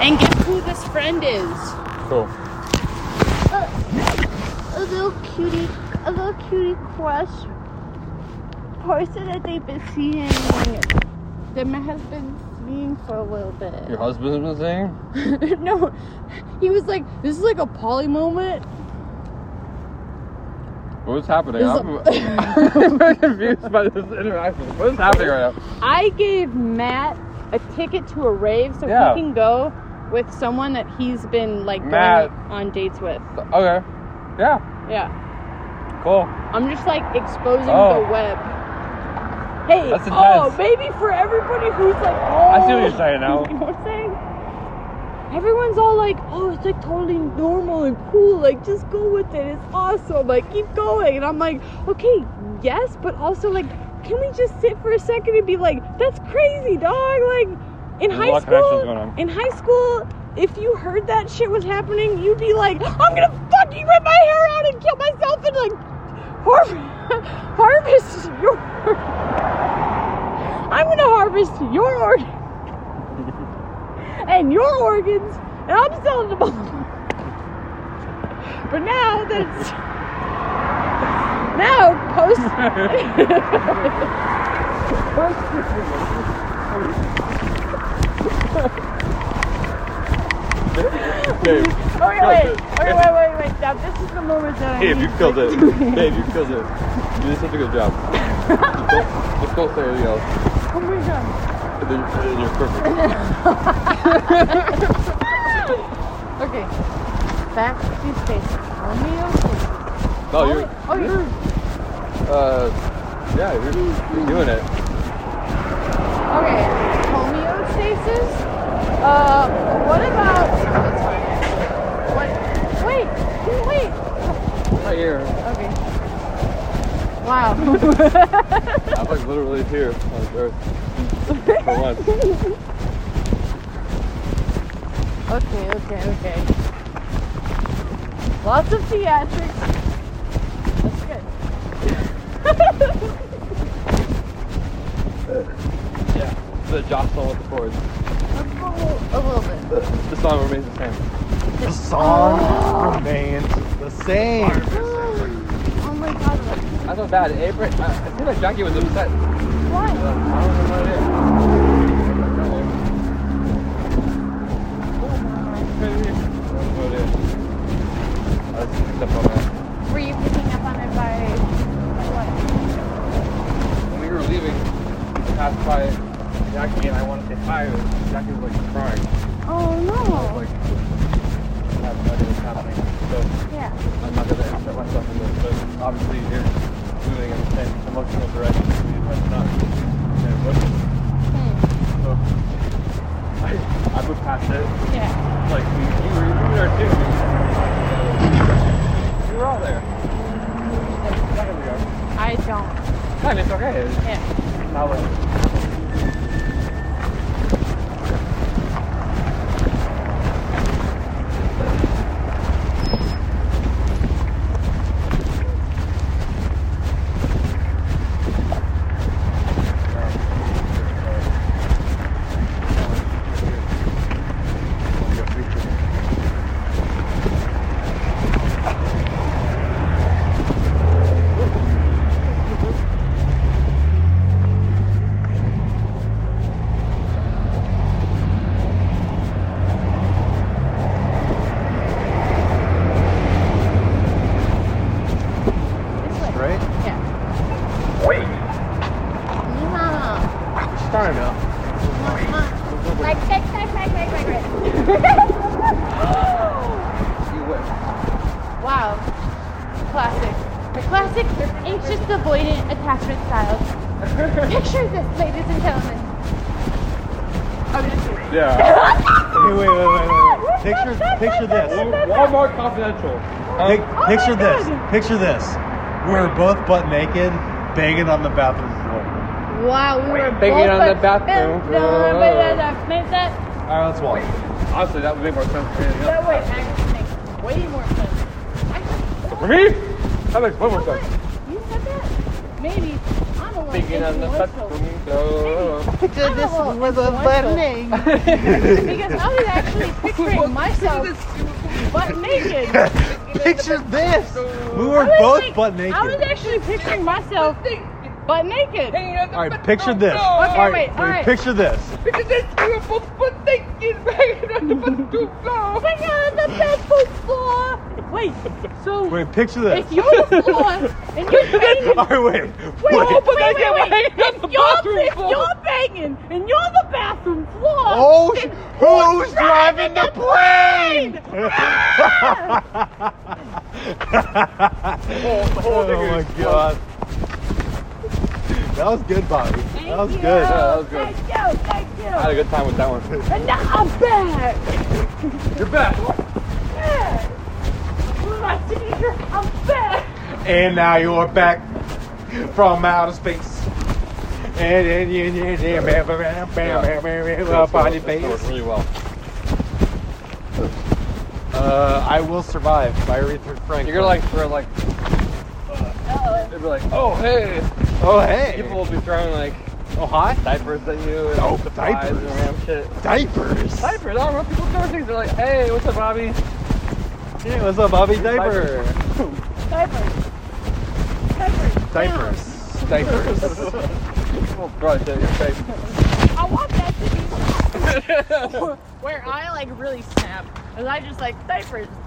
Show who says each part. Speaker 1: And guess who this friend is?
Speaker 2: Cool.
Speaker 3: a, a little cutie, a little cutie crush person that they've been seeing. That my husband's seeing for a little
Speaker 2: Your
Speaker 3: bit.
Speaker 2: husband's been saying?
Speaker 1: no, he was like, this is like a poly moment.
Speaker 2: What's happening?
Speaker 1: This is
Speaker 2: I'm, I'm very confused by this interaction. What is happening right now?
Speaker 1: I gave Matt a ticket to a rave so
Speaker 2: Yeah.
Speaker 1: he can go with someone that he's been like
Speaker 2: Matt.
Speaker 1: going on dates with.
Speaker 2: Okay. Yeah.
Speaker 1: Yeah.
Speaker 2: Cool.
Speaker 1: I'm just like exposing
Speaker 2: Oh.
Speaker 1: the web. Hey,
Speaker 2: That's
Speaker 1: oh,
Speaker 2: intense.
Speaker 1: maybe for everybody who's like, oh.
Speaker 2: I see what you're saying now.
Speaker 1: You know what I'm saying? Everyone's all like, oh, it's like totally normal and cool. Like, just go with it. It's awesome. Like, keep going. And I'm like, okay, yes, but also, like, can we just sit for a second and be like, that's crazy, dog? Like, in
Speaker 2: There's a
Speaker 1: high
Speaker 2: lot of connections going
Speaker 1: school,
Speaker 2: on.
Speaker 1: in high school, if you heard that shit was happening, you'd be like, I'm gonna fucking rip my hair out and kill myself and, like, har- harvest your. I'm gonna harvest your organ and your organs, and I'm selling them all. But now that's now post.
Speaker 2: Dave.
Speaker 1: Okay, Oh, wait, okay, wait, wait, wait. Now this is the moment that I
Speaker 2: Dave,
Speaker 1: need
Speaker 2: you
Speaker 1: to
Speaker 2: killed it.
Speaker 1: do it.
Speaker 2: Dave, you killed it. You did such a good job. Just don't- Just don't say anything else.
Speaker 1: Oh my god.
Speaker 2: And then, and then you're perfect.
Speaker 1: Okay, back to space. Romeo.
Speaker 2: No, you're,
Speaker 1: Oh, you're.
Speaker 2: uh, yeah, you're, you're doing it.
Speaker 1: Okay, homeostasis. Uh, what about? What? Wait, wait.
Speaker 2: Right here.
Speaker 1: Okay. Wow.
Speaker 2: I'm like literally here on this earth. For once.
Speaker 1: okay, okay, okay. Lots of theatrics. That's good.
Speaker 2: Yeah. The jostle with the chords.
Speaker 1: A little bit.
Speaker 2: The song remains the same.
Speaker 4: The song remains the same.
Speaker 1: Oh my god. like,
Speaker 2: I feel bad. April, I, I feel like Jackie was upset.
Speaker 1: Why?
Speaker 2: Uh, I don't know what it is. I don't know what it is. I just picked up on that.
Speaker 3: Were you picking up on it by what?
Speaker 2: When we were leaving, we passed by Jackie and I wanted to say hi. and Jackie was like crying.
Speaker 3: Oh
Speaker 2: I was
Speaker 3: no.
Speaker 2: like, I have no idea what's happening.
Speaker 3: Yeah.
Speaker 2: So I'm not going to insert myself in this, but obviously you're moving in the same emotional direction as me, but it's not. And what-
Speaker 3: Hmm.
Speaker 2: So I, I would pass it.
Speaker 3: Yeah.
Speaker 2: Like we, you were, you were there too. We were all there. Kind
Speaker 1: I don't.
Speaker 2: of, it's okay. It's
Speaker 1: Yeah.
Speaker 2: not like
Speaker 4: Right?
Speaker 1: Yeah.
Speaker 3: Mama.
Speaker 4: Starting now.
Speaker 3: Like, like, like, like, like, like, like.
Speaker 2: you went.
Speaker 1: Wow.
Speaker 3: Classic. The classic anxious avoidant attachment style. Picture this, ladies and gentlemen.
Speaker 1: I'm just kidding.
Speaker 2: Yeah.
Speaker 4: Hey, wait, wait, wait, wait, wait. Picture, picture this.
Speaker 2: Walmart confidential.
Speaker 4: Pic-
Speaker 1: my
Speaker 4: picture this.
Speaker 1: God.
Speaker 4: Picture this. We were both butt naked, banging on the bathroom floor.
Speaker 1: Wow, we were
Speaker 2: Banging
Speaker 1: both
Speaker 2: on the
Speaker 1: but-
Speaker 2: bathroom.
Speaker 1: No, no, but uh, that made that.
Speaker 4: All right, let's walk.
Speaker 2: Honestly, that would make more sense for anything
Speaker 1: No,
Speaker 2: else.
Speaker 1: wait, actually makes way more sense.
Speaker 3: oh,
Speaker 2: For me, that makes way more sense.
Speaker 1: You said that? Maybe. I'm a little
Speaker 2: Thinking on the touch
Speaker 1: influential.
Speaker 2: window.
Speaker 1: I'm a little influential.
Speaker 4: Hey,
Speaker 1: Because I'll be like, actually picturing myself butt naked.
Speaker 4: Picture this. We
Speaker 1: I
Speaker 4: were
Speaker 1: was,
Speaker 4: both
Speaker 1: like-
Speaker 4: butt
Speaker 1: I was
Speaker 4: naked.
Speaker 1: actually picturing myself butt naked.
Speaker 4: All right, picture this. all
Speaker 1: Okay,
Speaker 4: right,
Speaker 1: wait, all right.
Speaker 4: picture this.
Speaker 1: Picture this, we were both butt naked, banging on the bathroom floor. Banging on Oh the bathroom floor. Wait, so
Speaker 4: Wait, picture this.
Speaker 1: if you're on the floor and you're banging
Speaker 4: All right, wait.
Speaker 1: Wait,
Speaker 4: wait.
Speaker 1: wait, wait, wait, wait, If you're, if you're banging and you're on the bathroom floor,
Speaker 4: Oh, sh- who's driving the plane? oh my god. That was good, Bobby. That was good.
Speaker 2: that was good.
Speaker 1: thank you, thank
Speaker 2: I had a
Speaker 1: you.
Speaker 2: good time with that one.
Speaker 1: And now I'm back.
Speaker 2: You're back.
Speaker 1: Back. With My signature, I'm back.
Speaker 4: And now you're back from outer space. And then you you- you- bam, bam, bam, bam, bam,
Speaker 2: That's
Speaker 4: up on your
Speaker 2: worked- that's worked
Speaker 4: face.
Speaker 2: really well.
Speaker 4: Uh, I will survive by Aretha Franklin.
Speaker 2: You're gonna like throw like. Uh, they'd be like, oh hey.
Speaker 4: oh hey,
Speaker 2: People will be throwing like
Speaker 4: oh hi,
Speaker 2: diapers at you. And
Speaker 4: Oh,
Speaker 2: supplies
Speaker 4: diapers.
Speaker 2: And random shit.
Speaker 4: diapers.
Speaker 2: Diapers. I don't know. People throw things. They're like, hey, what's up, Bobby?
Speaker 4: Yeah, what's up, Bobby? Diaper.
Speaker 2: Diapers.
Speaker 4: Diapers. Diapers.
Speaker 2: People throw it at your face.
Speaker 1: I want that to be where I like really snap, and I just like diapers,